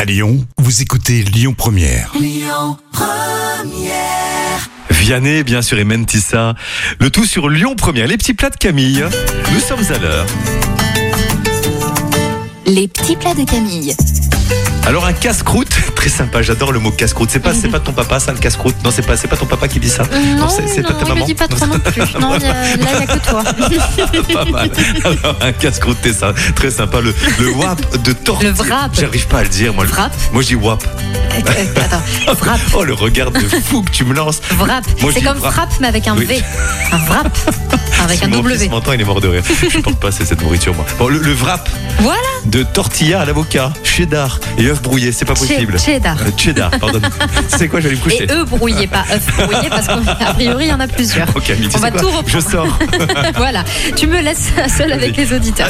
À Lyon, vous écoutez Lyon Première. Vianney, bien sûr, et Mentissa. Le tout sur Lyon Première. Les petits plats de Camille. Nous sommes à l'heure. Les petits plats de Camille. Alors un casse-croûte, très sympa. J'adore le mot casse-croûte. C'est pas, c'est pas ton papa, ça, le casse-croûte. Non, c'est pas, c'est pas ton papa qui dit ça. Euh, Non, c'est, c'est non, pas ta il maman. me dit pas trop non plus. Non, il y a- là, il n'y a que toi. pas mal. Alors, un casse-croûte, c'est ça. Très sympa. Le, le wap de tortue. Le wrap. J'arrive pas à le dire, moi. Le- Wrap. Moi, je dis wap. Attends, wrap, Oh, le regard de fou que tu me lances. wrap. Moi, je C'est dis comme wrap. frappe, mais avec un Oui. V. Un wrap, avec un Mon fils W. m'entend, il est mort de rire. Je porte pas c'est cette nourriture, moi. Bon, le, le wrap Voilà, de tortilla à l'avocat, cheddar et œufs brouillés, c'est pas che- possible. cheddar. Euh, Cheddar, pardon. c'est quoi, j'allais me coucher. Et eux brouillés, pas œufs brouillés, parce qu'a priori, il y en a plusieurs. Ok, Amélie, tu On sais va quoi tout reprendre. Je sors. voilà, tu me laisses seul avec les auditeurs.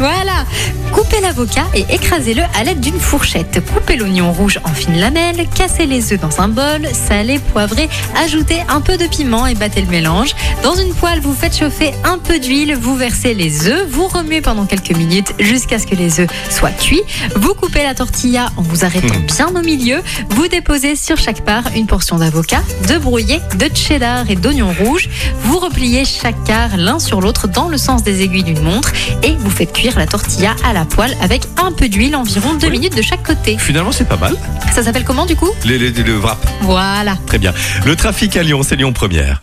Voilà, coupez l'avocat et écrasez-le à l'aide d'une fourchette. Coupez l'oignon rouge en fines lamelles, cassez les œufs dans un bol, salez, poivrez, ajoutez un peu de piment et battez le mélange. Dans une poêle, vous faites chauffer un peu d'huile, vous versez les œufs, vous remuez pendant quelques minutes jusqu'à ce que les œufs soient cuits. Vous coupez la tortilla en vous arrêtant bien au milieu. Vous déposez sur chaque part une portion d'avocat, de brouillé, de cheddar et d'oignon rouge. Vous repliez chaque quart l'un sur l'autre dans le sens des aiguilles d'une montre et vous faites cuire la tortilla à la poêle avec un peu d'huile, environ deux Oui. minutes de chaque côté. Finalement, c'est pas mal. Ça s'appelle comment du coup Le, le- le wrap, Voilà. très bien. Le trafic à Lyon, c'est Lyon Première.